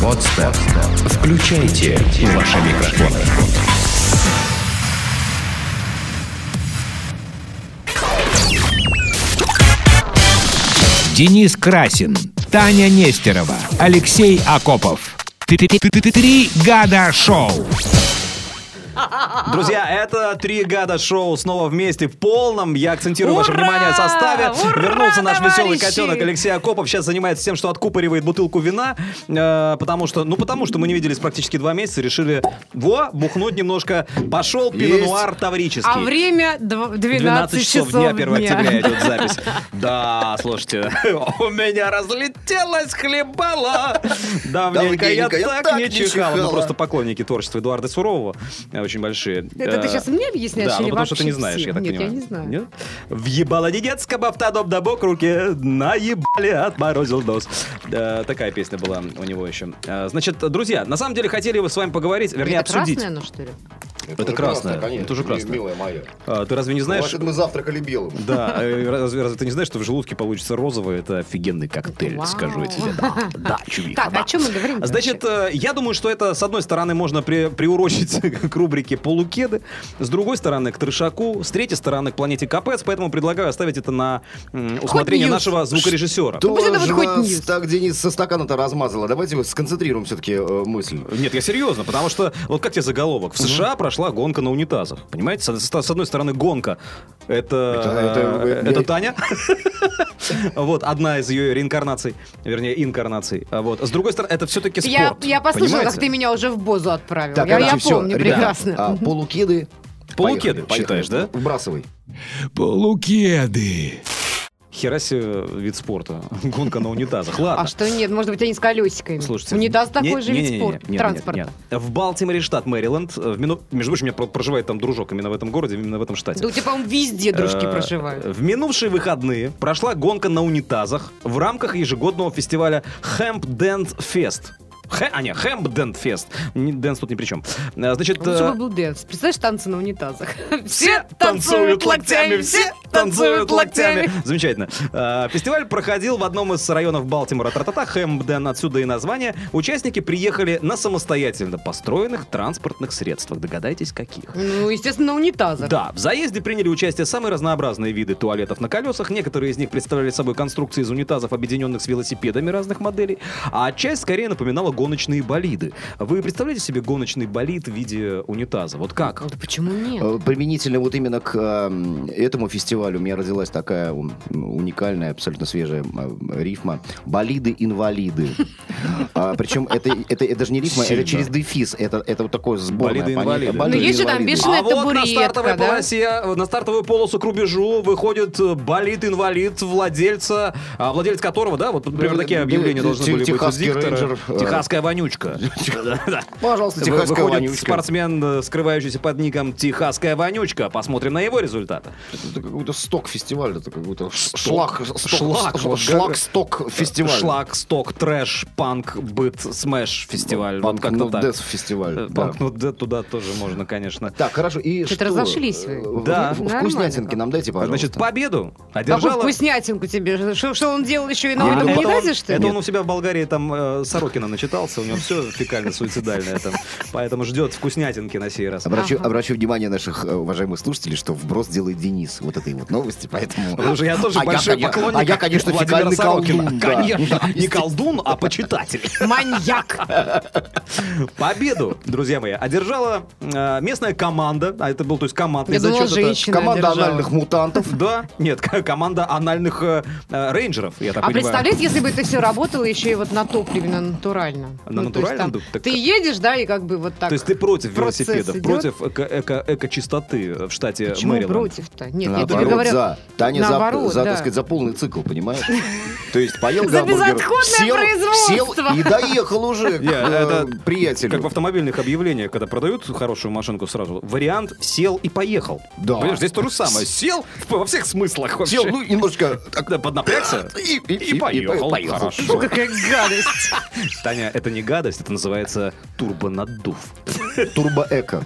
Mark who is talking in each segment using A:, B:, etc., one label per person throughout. A: Подстер. Включайте ваши микрофоны.
B: Денис Красин, Таня Нестерова, Алексей Акопов. Три года шоу.
C: Друзья, это «Три года шоу» снова вместе в полном. Я акцентирую ваше
D: Ура!
C: внимание в составе.
D: Ура,
C: Вернулся наш веселый
D: товарищи!
C: котенок Алексей Акопов. Сейчас занимается тем, что откупоривает бутылку вина. э, потому что, ну, потому что мы не виделись практически два месяца. Решили, во, бухнуть немножко. Пошел пино-нуар таврический.
D: А время дв- 12,
C: 12 часов дня, 1 октября идет запись. Да, слушайте, у меня разлетелась хлебала. Давненько я
E: Давненько
C: так не чихал. Ну, просто поклонники творчества Эдуарда Сурового, э, очень большие.
D: Это
C: Э,
D: ты сейчас мне объясняешь
C: Да,
D: или
C: ну потому что ты не
D: вообще
C: знаешь, я
D: всем?
C: так
D: Нет,
C: понимаю.
D: я не знаю.
C: Нет? Въебала не детском автодом на бок руки, наебали, отморозил нос. Э, Такая песня была у него еще. Э, Значит, друзья, на самом деле хотели бы с вами поговорить, вернее,
D: это
C: обсудить.
D: красное оно, что ли?
C: Это
E: же
C: красное,
E: конечно,
C: это уже
E: ми-
C: красное.
E: Милая моя.
C: Э, Ты разве не знаешь?
E: Вообще-то мы завтракали белым.
C: Да, э, разве, разве ты не знаешь, что в желудке получится розовый? Это офигенный коктейль,
D: Вау.
C: скажу я тебе. Да, да, чувиха,
D: Так,
C: да.
D: о чем мы говорим?
C: Значит, э, я думаю, что это, с одной стороны, можно при- приурочить к рубрике «Полукеды», с другой стороны, к трешаку, с третьей стороны, к планете Капец, поэтому предлагаю оставить это на м, усмотрение
D: Ньюс.
C: нашего звукорежиссера.
D: пусть это вот
E: Тоже
D: хоть
E: вас
D: Ньюс.
E: Так Денис со стакана-то размазала. Давайте вот сконцентрируем все-таки мысль.
C: Нет, я серьезно, потому что, вот как тебе заголовок? В США прошла гонка на унитазах. Понимаете, с, с- с одной стороны, гонка это,
E: Это-
C: э,
E: это-
C: это
E: я-
C: Таня. Вот, одна из ее реинкарнаций, вернее, инкарнаций. А Вот. С другой стороны, это все-таки э, спорт.
D: я, я послушала,
C: понимаете?
D: как ты меня уже в бозу отправил. я, я
E: короче, всё,
D: помню
E: ребята,
D: прекрасно.
E: а, полукиды.
C: Полукеды,
E: Поехали,
C: считаешь, да?
E: поехали. Вбрасывай.
B: Полукеды.
C: Хера себе вид спорта. Гонка на унитазах. Ладно.
D: А что нет, может быть, они с колесиками.
C: Слушайте,
D: Унитаз такой
C: не-
D: же
C: не- не- не-
D: вид
C: не-
D: спорта,
C: нет, нет,
D: транспорта.
C: нет. В Балтиморе, штат Мэриленд. э, в Мину- Между прочим, у меня про- проживает там дружок именно в этом городе, именно в этом штате.
D: Да у тебя, по-моему, везде дружки
C: Э,
D: проживают.
C: В минувшие выходные прошла гонка на унитазах в рамках ежегодного фестиваля Hemp Dance Fest. Хэ, а не, Hemp Dance Fest. Не, Dance тут ни при чем. Э, Значит,
D: Лучше
C: э,
D: бы был дэнс. Ну, Представляешь, танцы на унитазах.
C: Замечательно. Э, Фестиваль проходил в одном из районов Балтимора. Тратата, Хэмпден, отсюда и название. Участники приехали на самостоятельно построенных транспортных средствах. Догадайтесь, каких?
D: Ну, естественно, на унитазах.
C: Да, в заезде приняли участие самые разнообразные виды туалетов на колесах. Некоторые из них представляли собой конструкции из унитазов, объединенных с велосипедами разных моделей, а часть скорее напоминала гоночные болиды. Вы представляете себе гоночный болид в виде унитаза? Вот как?
D: Да А почему нет?
E: Э, Применительно вот именно к э, этому фестивалю у меня родилась такая ум, уникальная, абсолютно свежая м, э, рифма. Болиды-инвалиды. А, Причем это, это, это даже не рифма, это через дефис. Это, это вот такое сборное
C: Болиды-инвалиды.
E: понятие.
C: Ну,
D: есть же там
E: Болиды-инвалиды.
D: бешеные- Обычная
C: а вот на
D: табуретка,
C: стартовой
D: да?
C: полосе, на стартовую полосу к рубежу выходит болит инвалид владельца, а, владелец которого, да, вот примерно
E: Да,
C: такие
E: да,
C: объявления
E: да,
C: должны
E: те-
C: были быть у
E: э, техасский
C: диктора.
E: рейнджер, э,
C: Техасская вонючка. Да.
E: Пожалуйста, техасская
C: Выходит
E: вонючка.
C: спортсмен, э, скрывающийся под ником Техасская вонючка. Посмотрим на его результаты.
E: Это какой-то сток фестиваль, это какой-то ш- шлак,
C: Шлак,
E: шлак,
C: вот, э,
E: шлак, сток фестиваль.
C: Шлак, сток, трэш, панк, быт, смэш фестиваль. Вот как-то так.
E: Дес ну, фестиваль.
C: Э,
E: да.
C: Панк, ну, да, туда тоже можно, конечно.
E: Так, хорошо. И
D: Что-то
E: что?
D: разошлись вы.
E: Э,
C: Да.
E: в-
D: Нормально
E: Вкуснятинки
D: как.
E: нам дайте, пожалуйста.
C: Значит, победу
D: Какую
C: одержала...
D: вкуснятинку тебе? Что, что он делал еще и
C: А,
D: А на этом
C: это
D: унитазе,
C: он-
D: что
C: Это
D: ли?
C: он у себя в Болгарии там э, Сорокина начитался, у него все фекально-суицидальное там. Поэтому ждет вкуснятинки на сей раз.
E: Обращу,
D: Ага.
E: обращу внимание наших э, уважаемых слушателей, что вброс делает Денис. Вот этой вот новости, поэтому...
C: Потому что я тоже
E: А я,
C: большой
E: коня-
C: поклонник
E: А я, конечно,
C: Владимира
E: фекальный
C: Сорокина.
E: колдун. да.
C: Конечно, не колдун, а почитатель.
E: Э,
D: Маньяк!
C: Победу, друзья мои, одержала э, местная команда. А это был, то есть, командный
D: Я думала,
C: зачет. это-
D: женщина
E: Команда
D: держала.
E: анальных мутантов.
C: Да, нет, к- команда анальных э, э, рейнджеров, я так
D: А
C: понимаю.
D: представляете, если бы это все работало еще и вот на топливе, на натуральном.
C: На
D: Ну, то есть
C: натуральном?
D: там
C: Так-
D: Ты едешь, да, и как бы вот так.
C: То есть ты против
D: процесс
C: велосипедов,
D: идет.
C: против эко- эко- эко-чистоты в штате
D: Почему
C: Мэриленд?
D: против-то? Нет, я тебе
E: Наоборот,
D: говорю.
E: за. Таня за-
D: наоборот,
E: за,
D: да.
E: так сказать, за полный цикл, понимаешь? То есть поел
D: За
E: гамбургер,
D: безотходное
E: сел,
D: производство.
E: Сел и доехал уже к
C: Не, это
E: э, приятелю.
C: Как в автомобильных объявлениях, когда продают хорошую машинку сразу, вариант сел и поехал.
E: Да.
C: Понимаешь, здесь то же самое. Сел в- во всех смыслах вообще.
E: Сел, ну, немножечко... так,
C: Да, поднапрягся
E: И, и-
C: и
E: и-
C: поехал.
E: и поехал.
C: Хорошо.
D: Фу, какая гадость.
C: Таня, это не гадость, это называется турбонаддув.
E: Турбоэко.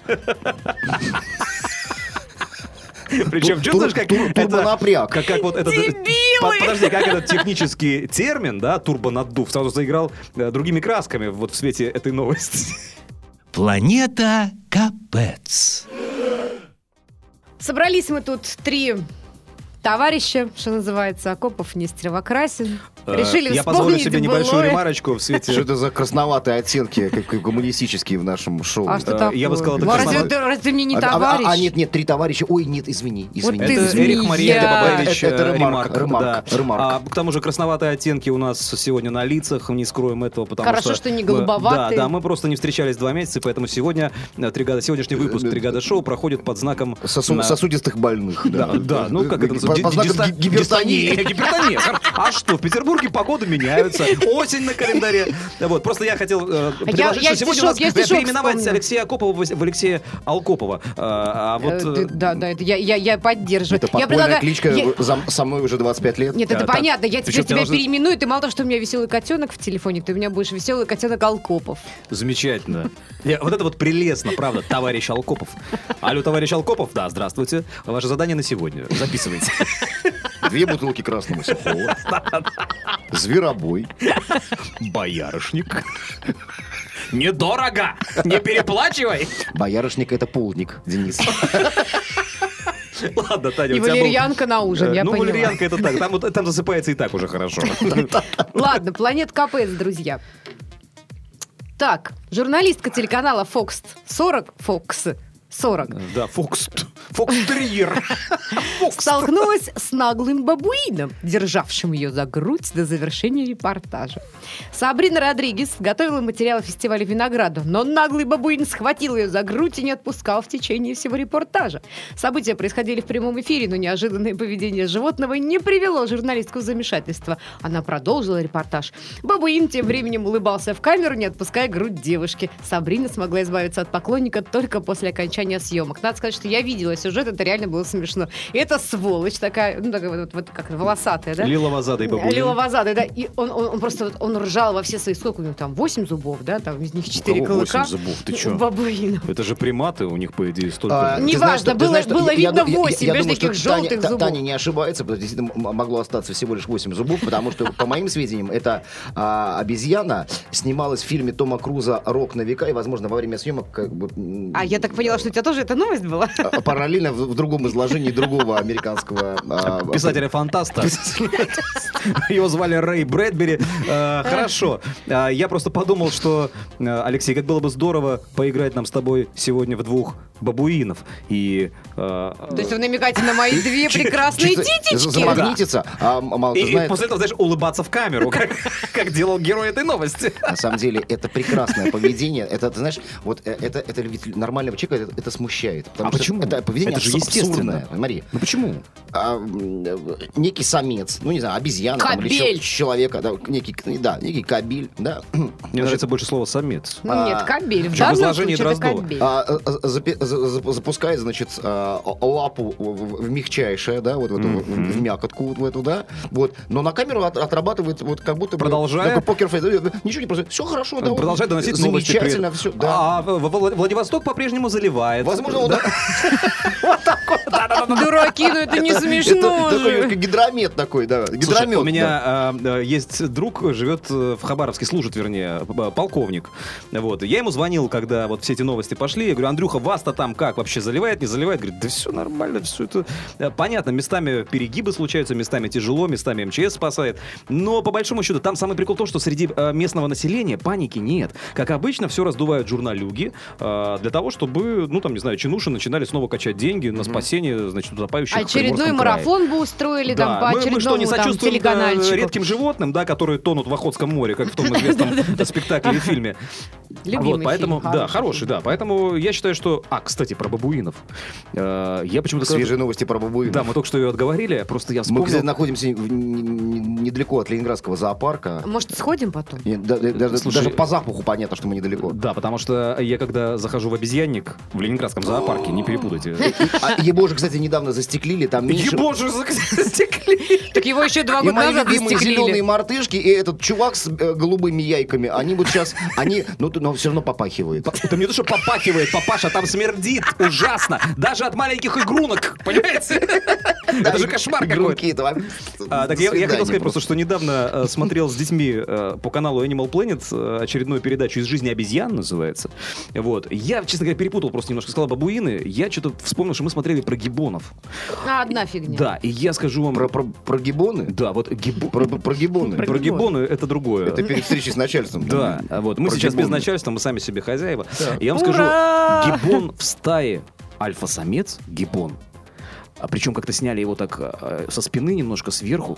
C: Причем,
E: Тур-
C: чувствуешь,
E: тур-
C: как
E: тур-
C: это-
E: турбонапряг.
C: А, Как, как вот этот...
D: Дебил!
C: Под-
F: милый.
C: Подожди, как этот технический термин, да, турбонаддув, сразу заиграл э, другими красками вот в свете этой новости.
B: Планета Капец.
D: Собрались мы тут три товарища, что называется, Акопов, Нестерова, Красин. Решили
C: Э, Я позволю
D: вспомнить
C: себе небольшую
D: былое.
C: ремарочку в свете...
E: Что это за красноватые оттенки, как как коммунистические в нашем шоу?
D: А что
C: Э,
D: такое?
C: я бы сказал, это
D: Ну,
C: красота.
D: разве, ты- разве ты мне не
E: А- а-
D: товарищ?
E: А, нет, нет, три товарища. Ой, нет, извини, извини.
D: ты
C: Это
D: змея.
C: Эрих Мария
D: Это-
C: Добавевич,
E: это- это
C: э,
E: ремарка,
C: ремарк,
E: ремарка,
C: да.
E: ремарка.
C: А, к тому же красноватые оттенки у нас сегодня на лицах, не скроем этого, потому
D: Хорошо,
C: что...
D: что не
C: мы-
D: голубоватые.
C: Да, да, мы просто не встречались два месяца, и поэтому сегодня э, три года, сегодняшний выпуск «Три года шоу» проходит под знаком...
E: Сосу-
C: на-
E: Сосудистых больных.
C: А, Да, да, ну как это
E: По-
C: называется?
E: По
C: Ди- ди-
E: знакам
C: диста- э,
E: ги- гипертонии.
C: Гипертония. А что, в Петербурге погоды меняются, осень на календаре. Да Вот, просто я хотел э, предложить,
D: я
C: что сегодня у нас
D: стишок- я стишок
C: переименовать
D: вспомнила.
C: Алексея Акопова в- в Алексея Алкопова. Э, А
D: Э,
C: вот...
D: ты-
C: э,
D: да, да, это я, я, я поддерживаю.
E: Это
D: я предлагаю...
E: подпольная кличка
D: я-
E: э, за- со мной уже 25 лет.
D: Нет, это
C: Да, так.
D: понятно. Я теперь
C: Причём тебе
D: тебя
C: нужно-
D: переименую. Ты мало того, что у меня веселый котенок в телефоне, ты у меня будешь веселый котенок Алкопов.
C: Замечательно. Я- Вот это вот прелестно, правда, товарищ Алкопов. Алло, товарищ Алкопов, да, здравствуйте. Ваше задание на сегодня. Записывайте.
E: Две бутылки красного сухого. Зверобой.
C: Боярышник. Недорого! Не переплачивай!
E: Боярышник это полдник, Денис.
C: Ладно, Таня,
D: И
C: у тебя был-
D: валерьянка на ужин,
C: Э,
D: я
C: Ну,
D: поняла.
C: валерьянка это так. Там, вот- там засыпается и так уже хорошо.
D: Ладно, планет Капец, друзья. Так, журналистка телеканала Fox 40, Fox 40,
C: Да, Фокс. Фокстерьер. Фокс.
D: столкнулась с наглым бабуином, державшим ее за грудь до завершения репортажа. Сабрина Родригес готовила материалы фестиваля винограда, но наглый бабуин схватил ее за грудь и не отпускал в течение всего репортажа. События происходили в прямом эфире, но неожиданное поведение животного не привело журналистку в замешательство. Она продолжила репортаж. Бабуин тем временем улыбался в камеру, не отпуская грудь девушки. Сабрина смогла избавиться от поклонника только после окончания съемок. Надо сказать, что я видела сюжет, это реально было смешно. И эта сволочь такая, ну такая вот, вот как волосатая, да?
C: Лиловозадый бабулин.
D: Лиловозадый, да. И он, он, он просто вот, он ржал во все свои, сколько у него там, 8 зубов, да, там из них 4
C: кого
D: клыка.
C: восемь зубов? Ты
D: У
C: чё?
D: бабуина.
C: Это же приматы, у них, по идее,
E: А,
C: столько.
E: ты
C: же.
D: не-
E: знаешь,
D: неважно,
E: что- ты
D: было-
E: знаешь, что-
D: было
E: я-
D: видно
E: я- я-
D: восемь,
E: я
D: между
E: думаю,
D: таких
E: что Таня-
D: желтых
E: Та-
D: зубов.
E: Таня не ошибается, потому что действительно м- могло остаться всего лишь 8 зубов, потому что, по моим сведениям, эта а, обезьяна снималась в фильме Тома Круза «Рок на века», и, возможно, во время съемок как бы... м,
D: А я так поняла, что у тебя тоже эта новость была?
E: а, параллельно в, в другом изложении другого американского... а,
C: Писателя-фантаста. Его звали Рэй Брэдбери. Э, Хорошо. Э, Я просто подумал, что, э, Алексей, как было бы здорово поиграть нам с тобой сегодня в двух бабуинов. И... э,
D: То есть вы намекаете на мои две прекрасные
E: чисто-
D: титечки?
E: Замагнитится, а м- мало
C: э, И,
E: кто
C: и
E: знает.
C: после этого, знаешь, улыбаться в камеру, как, как делал герой этой новости.
E: На самом деле, это прекрасное поведение. Это, ты знаешь, вот э, это, это ведь нормального человека это, это смущает. Потому
C: А
E: что
C: почему?
E: Это поведение
C: Это же
E: абс-
C: естественно.
E: абсурдное. Смотри,
C: Ну почему?
E: а, м, э, некий самец, ну не знаю, обезьяна там, или
D: Кобель.
E: чел- человека, да, некий, да, некий кабель, да.
C: Мне нравится больше слово «самец».
D: Ну нет, кабель. В
C: Причём в
D: данном
C: изложении
D: случае это
C: Дроздова.
D: кабель.
E: А, э, э, запи- за- за- запускает, значит, а, о- лапу в в- в мягчайшее, да, вот в эту, в- в мякотку вот в эту, да, вот, но на камеру от- отрабатывает вот как будто бы
C: Продолжая.
E: такой покерфейс, э, ничего не происходит, все хорошо, да, вот,
C: Продолжает доносить новости. при
E: замечательно,
C: этом.
E: все, да.
C: А в- в- Владивосток по-прежнему заливает.
E: Возможно, он
D: Дураки, ну это не смешно
E: Это такой
D: же.
E: немножко гидромет такой, да.
C: Слушай,
E: Гидромет.
C: у меня э, э, есть друг, живет э, в Хабаровске, служит, вернее, п- п- полковник. Вот. Я ему звонил, когда вот все эти новости пошли. Я говорю, Андрюха, вас-то там как вообще заливает, не заливает? Говорит, да все нормально, все это э, понятно. Местами перегибы случаются, местами тяжело, местами МЧС спасает. Но по большому счету там самый прикол в том, что среди э, местного населения паники нет. Как обычно, все раздувают журналюги э, для того, чтобы, ну там, не знаю, чинуши начали снова качать деньги на спасение, значит, утопающих в
D: А Очередной
C: Приморском крае.
D: марафон бы устроили там
C: Да,
D: по
C: мы- мы, что, не
D: очередному там
C: сочувствуем э,
D: телегональчику.
C: редким животным, да, которые тонут в Охотском море, как в том известном спектакле и фильме.
E: А
D: Любимый
C: вот, поэтому,
D: фильм,
C: да,
D: хороший.
C: хороший, да. Поэтому я считаю, что... А, кстати, про бабуинов. Э, Я почему-то... когда-
E: Свежие новости про бабуинов.
C: Да, мы только что ее отговорили, просто я
E: Мы, кстати,
C: вспомнил...
E: находимся не- не- не- недалеко от Ленинградского зоопарка.
D: Может, сходим потом?
E: И да- да- Даже,
C: Слушай,
E: даже по запаху понятно, что мы недалеко.
C: Да, потому что я когда захожу в обезьянник в Ленинградском зоопарке, не перепутайте.
E: А его же, кстати, недавно застеклили, там меньше...
C: Ебоже, застекли!
D: Так его еще два
E: И
D: года
E: мои
D: назад
E: любимые зеленые
D: застеклили.
E: мартышки, и этот чувак с э, голубыми яйками, они вот сейчас, они, ну, ты- но все равно попахивает.
C: Это мне то, что попахивает, папаша, там смер- смердит ужасно. Даже от маленьких игрунок, понимаете? Это же кошмар какой-то.
E: Игрунки, это вообще-
C: А, так я,
E: до
C: я хотел
E: свидания
C: сказать просто, что недавно э, смотрел с детьми э, по каналу Animal Planet э, очередную передачу «Из жизни обезьян» называется. Вот. Я, честно говоря, перепутал просто немножко. Сказал бабуины. Я что-то вспомнил, что мы смотрели про гибонов.
D: А, одна фигня.
C: Да, и я скажу вам...
E: Про, про, про гибоны?
C: Да, вот гибо-
E: Про, про- про гибоны.
D: Про
C: про гибоны
D: гибоны.
C: это другое.
E: Это перед встречей с начальством.
C: Да, а вот мы
E: Про
C: сейчас без
E: гиббоны.
C: начальства, мы сами себе хозяева. Я вам
D: Ура!
C: скажу, гибон в стае, альфа-самец, гибон. А причем как-то сняли его так э, со спины немножко сверху.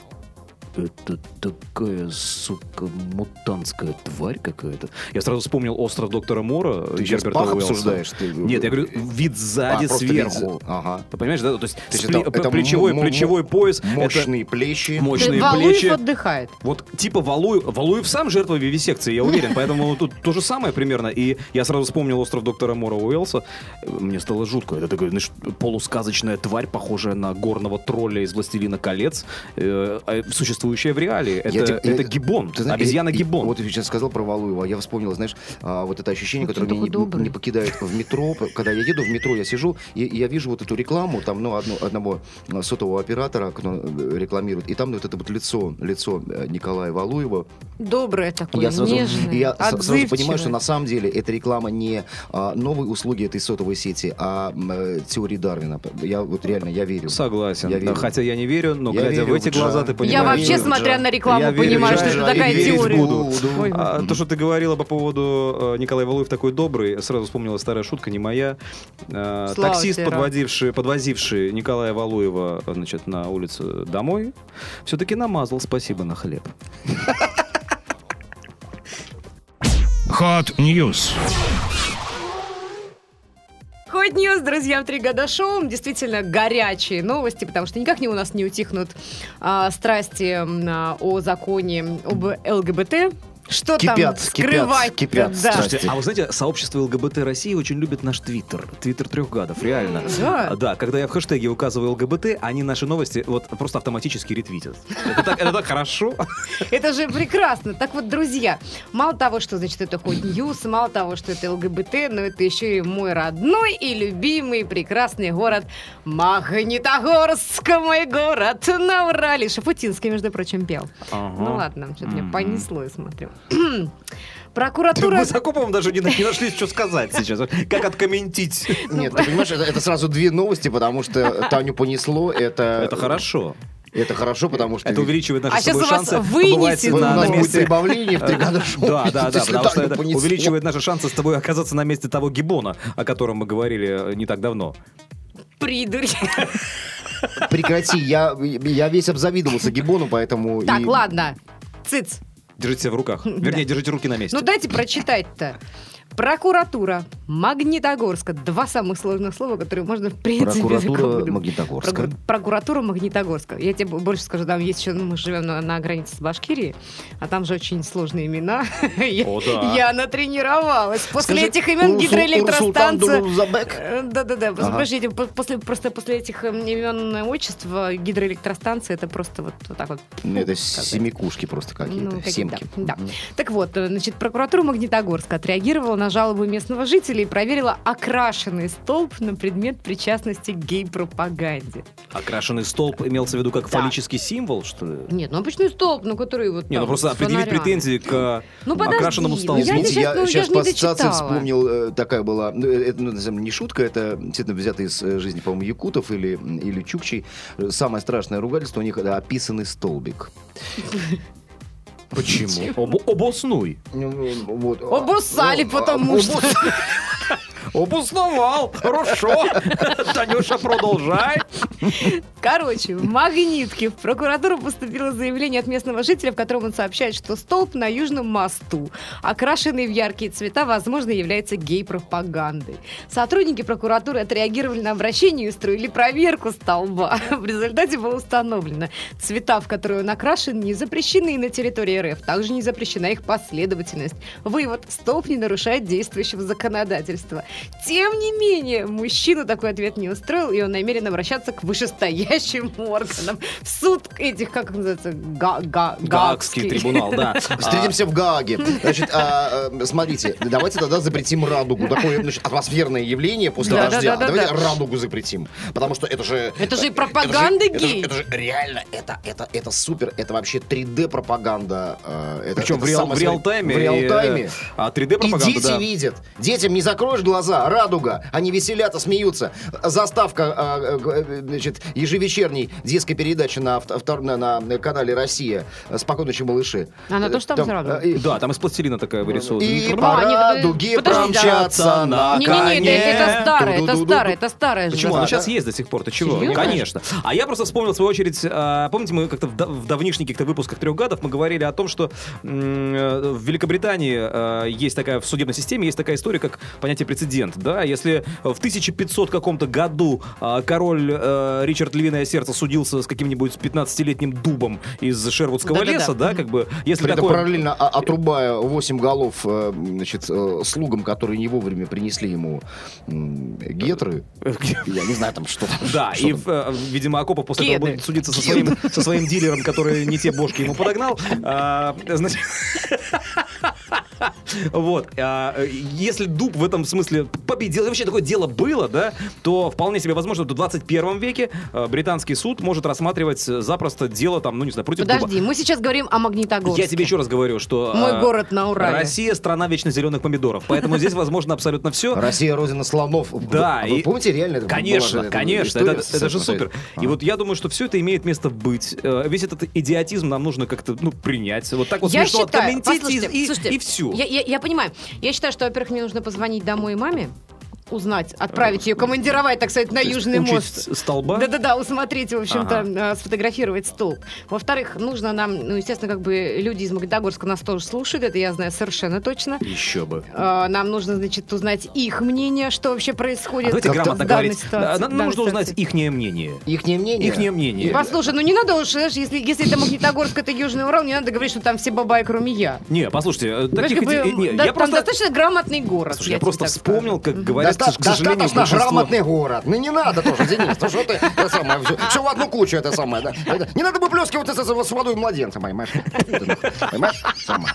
C: Это такая, сука, мутантская тварь какая-то. Я сразу вспомнил остров доктора Мора. э,
E: Ты сейчас
C: Герберта
E: пах
C: Уэллса.
E: обсуждаешь? Ты...
C: Нет, я говорю, вид
E: А,
C: сзади
E: просто вид
C: сверху.
E: за- Ага.
C: Ты понимаешь, да? То есть,
E: То есть
C: спли-
E: это- это
C: плечевой,
E: мо- мо-
C: плечевой пояс. это
E: Мощные плечи.
D: Ты-
C: мощные
D: Валуев
C: плечи.
D: отдыхает.
C: Вот типа Валуев, Валуев сам жертва вивисекции, я уверен, поэтому тут то же самое примерно. И я сразу вспомнил остров доктора Мора Уэлса. Мне стало жутко. Это такая, знаешь, полусказочная тварь, похожая на горного тролля из «Властелина колец», э, а, существующая в реалии. Это,
E: Я тебе- я-
C: это гибон,
E: Ты знаешь,
C: обезьяна
E: я-
C: гибон.
E: и- Вот ты сейчас сказал про Валуева, а я вспомнил, знаешь, а, вот это ощущение,
D: Вот он
E: которое меня
D: такой
E: не,
D: добрый.
E: не покидает в метро. п- Когда я еду в метро, я сижу, и, и я вижу вот эту рекламу, там, ну, одно- одного а, сотового оператора кто, э, рекламирует, и там ну, вот это вот лицо, лицо э, Николая Валуева.
D: Доброе такое,
E: я сразу,
D: нежное,
E: и я с- сразу
D: отзывчивое.
E: понимаю, что на самом деле эта реклама не а, новой услуги этой сотовой сети, а м, э, теории Дарвина. Я вот реально, я верю.
C: Согласен.
E: Я
C: Да,
E: верю.
C: хотя я не верю, но
E: Я
C: глядя в
E: верю,
C: эти
E: Джа.
C: глаза, ты
E: Я
C: понимаешь.
D: вообще,
E: Джа.
D: смотря на рекламу,
C: Я верю,
D: понимаю,
C: Джа,
D: что это
C: Джа,
D: такая
C: я верю,
D: теория.
E: буду.
D: Ой,
C: А, то, что ты говорила по поводу э, Николая Валуев такой добрый, сразу вспомнила старая шутка, не моя. Э,
D: Слава
C: таксист,
D: тебе, Ра.
C: подводивший, подвозивший Николая Валуева э, значит, на улицу домой, все-таки намазал спасибо на хлеб.
A: Hot News.
D: Ход Ньюс, друзья, в три года шоу. Действительно горячие новости, потому что никак не у нас не утихнут а, страсти м, а, о законе об ЛГБТ. Что там
E: Кипят, кипят,
D: скрывать?
E: кипят
D: да.
E: страсти. Слушайте,
C: а вы знаете, сообщество ЛГБТ России очень любит наш твиттер. Твиттер трех гадов, реально. А,
D: Да.
C: Да, когда я в хэштеге указываю ЛГБТ, они наши новости вот просто автоматически ретвитят. Это так, это так хорошо.
D: Это же прекрасно. Так вот, друзья, мало того, что, значит, это Ход Ньюс, мало того, что это ЛГБТ, но это еще и мой родной и любимый прекрасный город Магнитогорск, мой город на Урале. Шафутинский, между прочим, пел. Ну ладно, что-то меня
C: Мгм.
D: понесло, я смотрю.
C: Мы
D: Прокуратура...
C: с Акоповым даже не, не нашли, что сказать сейчас. Как откомментить.
E: Нет, ты понимаешь, это, это сразу две новости, потому что Таню понесло, это...
C: Это хорошо.
E: Это хорошо, потому что...
C: Это
E: ведь-
C: увеличивает наши
D: А
C: с собой
D: сейчас у вас
C: шансы
D: вынесет.
C: побывать
E: Вы- у
C: на,
E: нас
C: на
E: будет
C: месте. Э,
E: прибавление в три года шоу,
C: Да, да, да,
E: если
C: потому что
E: Таню
C: это
E: понесло.
C: увеличивает наши шансы с тобой оказаться на месте того гибона, о котором мы говорили э, не так давно.
D: Придурь.
E: Прекрати, я, я весь обзавидовался Гибону, поэтому... и-
D: Так, ладно. Циц.
C: Держите себя в руках. Вернее, держите руки на месте.
D: Ну дайте прочитать-то. Прокуратура Магнитогорска. Два самых сложных слова, которые можно в принципе...
E: Прокуратура
D: как бы,
E: Магнитогорска.
D: Прокур- Прокуратура Магнитогорска. Я тебе бо- больше скажу, там есть еще, ну, мы живем на, на границе с Башкирией, а там же очень сложные имена. Я,
C: О, да.
D: я натрировалась. После
E: Скажи,
D: этих имен
E: Урсу-
D: гидроэлектростанция...
E: Урсултан Дурузабек.
D: Э, Да-да-да,
E: Ага.
D: Подождите, по- после, просто после этих эм, имен э, отчеств э, гидроэлектростанции это просто вот, вот так вот.
E: Ну, это
D: Как
E: семикушки просто
D: Ну,
E: какие-то,
D: какие-то,
E: семки.
D: да.
E: Мгм.
D: Так вот, э, значит, прокуратура Магнитогорска отреагировала на жалобы местного жителя и проверила окрашенный столб на предмет причастности к гей-пропаганде.
C: Окрашенный столб имелся в виду как
D: Да.
C: фаллический символ, что ли?
D: Нет, ну обычный столб, ну который вот
C: Не, ну
D: там
C: просто
D: с
C: предъявить
D: фонарями.
C: претензии к э,
D: Ну, подожди,
C: окрашенному
D: ну,
C: столбу.
D: Я
E: Извините,
D: сейчас,
E: я
D: ну, я
E: сейчас
D: же не
E: по ассоциации
D: дочитала.
E: вспомнил, э, такая была, ну, э, это ну, на самом деле, не шутка, это действительно взято из э, жизни, по-моему, якутов или, или чукчей. Э, Самое страшное ругательство у них это описанный столбик.
C: Почему? Об- обоснуй.
E: Ну, э, Вот.
D: Обоссали,
E: Ну,
D: потому что.
E: обоссали.
C: Обосновал. Хорошо. Танюша, продолжай.
D: Короче, в Магнитке в прокуратуру поступило заявление от местного жителя, в котором он сообщает, что столб на Южном мосту, окрашенный в яркие цвета, возможно, является гей-пропагандой. Сотрудники прокуратуры отреагировали на обращение и устроили проверку столба. В результате было установлено, цвета, в которые он окрашен, не запрещены на территории РФ. Также не запрещена их последовательность. Вывод. Столб не нарушает действующего законодательства. Тем не менее, мужчину такой ответ не устроил, и он намерен обращаться к вышестоящим органам, в суд этих, как называется, га- га-
C: Гаагский трибунал, да.
E: Встретимся в Гааге. Значит, а, э, смотрите, давайте тогда запретим радугу. Такое значит, атмосферное явление после
D: Да, да,
E: дождя.
D: да, да,
E: давайте
D: да.
E: радугу запретим. Потому что это же...
D: Это же и пропаганда
E: это же-
D: гей.
E: Это же, это же реально, это, это, это супер, это вообще 3D-пропаганда. э, это-
C: Причем
E: это
C: А, в, реал,
E: самое
C: в реал-тайме.
E: В реал-тайме.
C: и, э, А 3D-пропаганда,
E: И дети
C: да.
E: видят. Детям не закроешь глаза, радуга. Они веселятся, смеются. Заставка, а, э, значит, ежевечерней детской передачи на, авто- втор- на, на канале «Россия». «Спокойной ночи, малыши».
D: Она
E: Э,
D: тоже там с радугой?
E: э, и-
C: Да, там из пластилина такая вырисована. Ну,
E: И
D: А,
E: по
D: они-
E: радуге
D: подожди, да.
E: промчатся на
D: Не-не-не, это, это старое, это
E: Ду-ду-ду-ду.
D: старое, это старое. же
C: А, Почему? Она
D: было.
C: сейчас есть до сих пор. Ты чего? Ну,
D: Серьезно?
C: конечно. А я просто вспомнил, в свою очередь, а, помните, мы как-то в, да- в давнишних каких-то выпусках трех гадов мы говорили о том, что м, э, в Великобритании э, есть такая, в судебной системе есть такая история, как понятие прецедент. Да, если в 1500 каком-то году а, король э, Ричард Львиное Сердце судился с каким-нибудь 15-летним дубом из Шервудского
D: Да-да-да.
C: леса, да, как бы, если
E: При этом
C: такое...
E: параллельно а- отрубая 8 голов э, значит, э, слугам, которые не вовремя принесли ему м, гетры. Я не знаю, там что там.
C: Да,
E: что
C: и,
E: там.
C: э, видимо, Акопов после этого
D: Кеды.
C: будет судиться со своим, со своим дилером, который не те бошки ему подогнал. А, значит, Вот. а, э, Если дуб в этом смысле победил, и вообще такое дело было, да, то вполне себе возможно, что в 21 веке э, британский суд может рассматривать э, запросто дело там, ну не знаю, против дуба.
D: Подожди, мы сейчас говорим о Магнитогорске.
C: Я тебе еще раз говорю, что...
D: Мой
C: э,
D: город на Урале.
C: Россия страна вечно зеленых помидоров, поэтому здесь возможно абсолютно все.
E: Россия родина слонов. А
C: Да,
E: Вы, вы
C: и-
E: помните, реально? это была же
C: Конечно,
E: эта
C: конечно,
E: история А.
C: это,
E: с-
C: это же
E: с-
C: супер. И
E: Ага.
C: вот я думаю, что все это имеет место быть. Э, Весь этот идиотизм нам нужно как-то ну принять. Вот так вот
D: я
C: смешно
D: считаю,
C: откомментировать
D: послушайте,
C: и,
D: слушайте,
C: все.
D: Я, я- я понимаю. Я считаю, что, во-первых, мне нужно позвонить домой маме, узнать, отправить ее, командировать, так сказать, на Южный мост.
C: столба.
D: Да-да-да, усмотреть, в общем-то,
C: Ага.
D: э, сфотографировать столб. Во-вторых, нужно нам, ну, естественно, как бы люди из Магнитогорска нас тоже слушают, это я знаю совершенно точно.
C: Еще бы.
D: Э, Нам нужно, значит, узнать их мнение, что вообще происходит.
C: А давайте
D: в
C: грамотно
D: данной
C: говорить.
D: ситуации,
C: Да,
D: в
C: Нам
D: данной
C: нужно
D: ситуации.
C: узнать ихнее мнение.
E: Ихнее мнение?
C: Ихнее мнение.
D: Послушай, ну не надо уж, знаешь, если, если это Магнитогорск, это Южный Урал, не надо говорить, что там все бабаи, кроме я.
C: Не, послушайте, э,
D: Знаешь,
C: таких
D: как бы,
C: иде- не,
D: да-
C: я
D: там
C: просто,
D: достаточно грамотный город.
C: слушай, я
D: тебе
C: просто
D: так
C: вспомнил,
D: скажу.
C: как говорят,
E: Доста-
C: к сожалению,
E: достаточно
C: большинство-
E: грамотный город. Ну не надо тоже, Денис. Ну что ты, это самое, все, в одну кучу это самое. да. Это- Не надо выплескивать это с, с водой младенца, понимаешь? Понимаешь? Самое.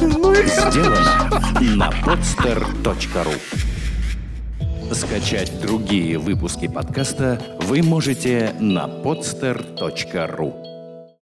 A: Сделано на podster.ru Скачать другие выпуски подкаста вы можете на podster.ru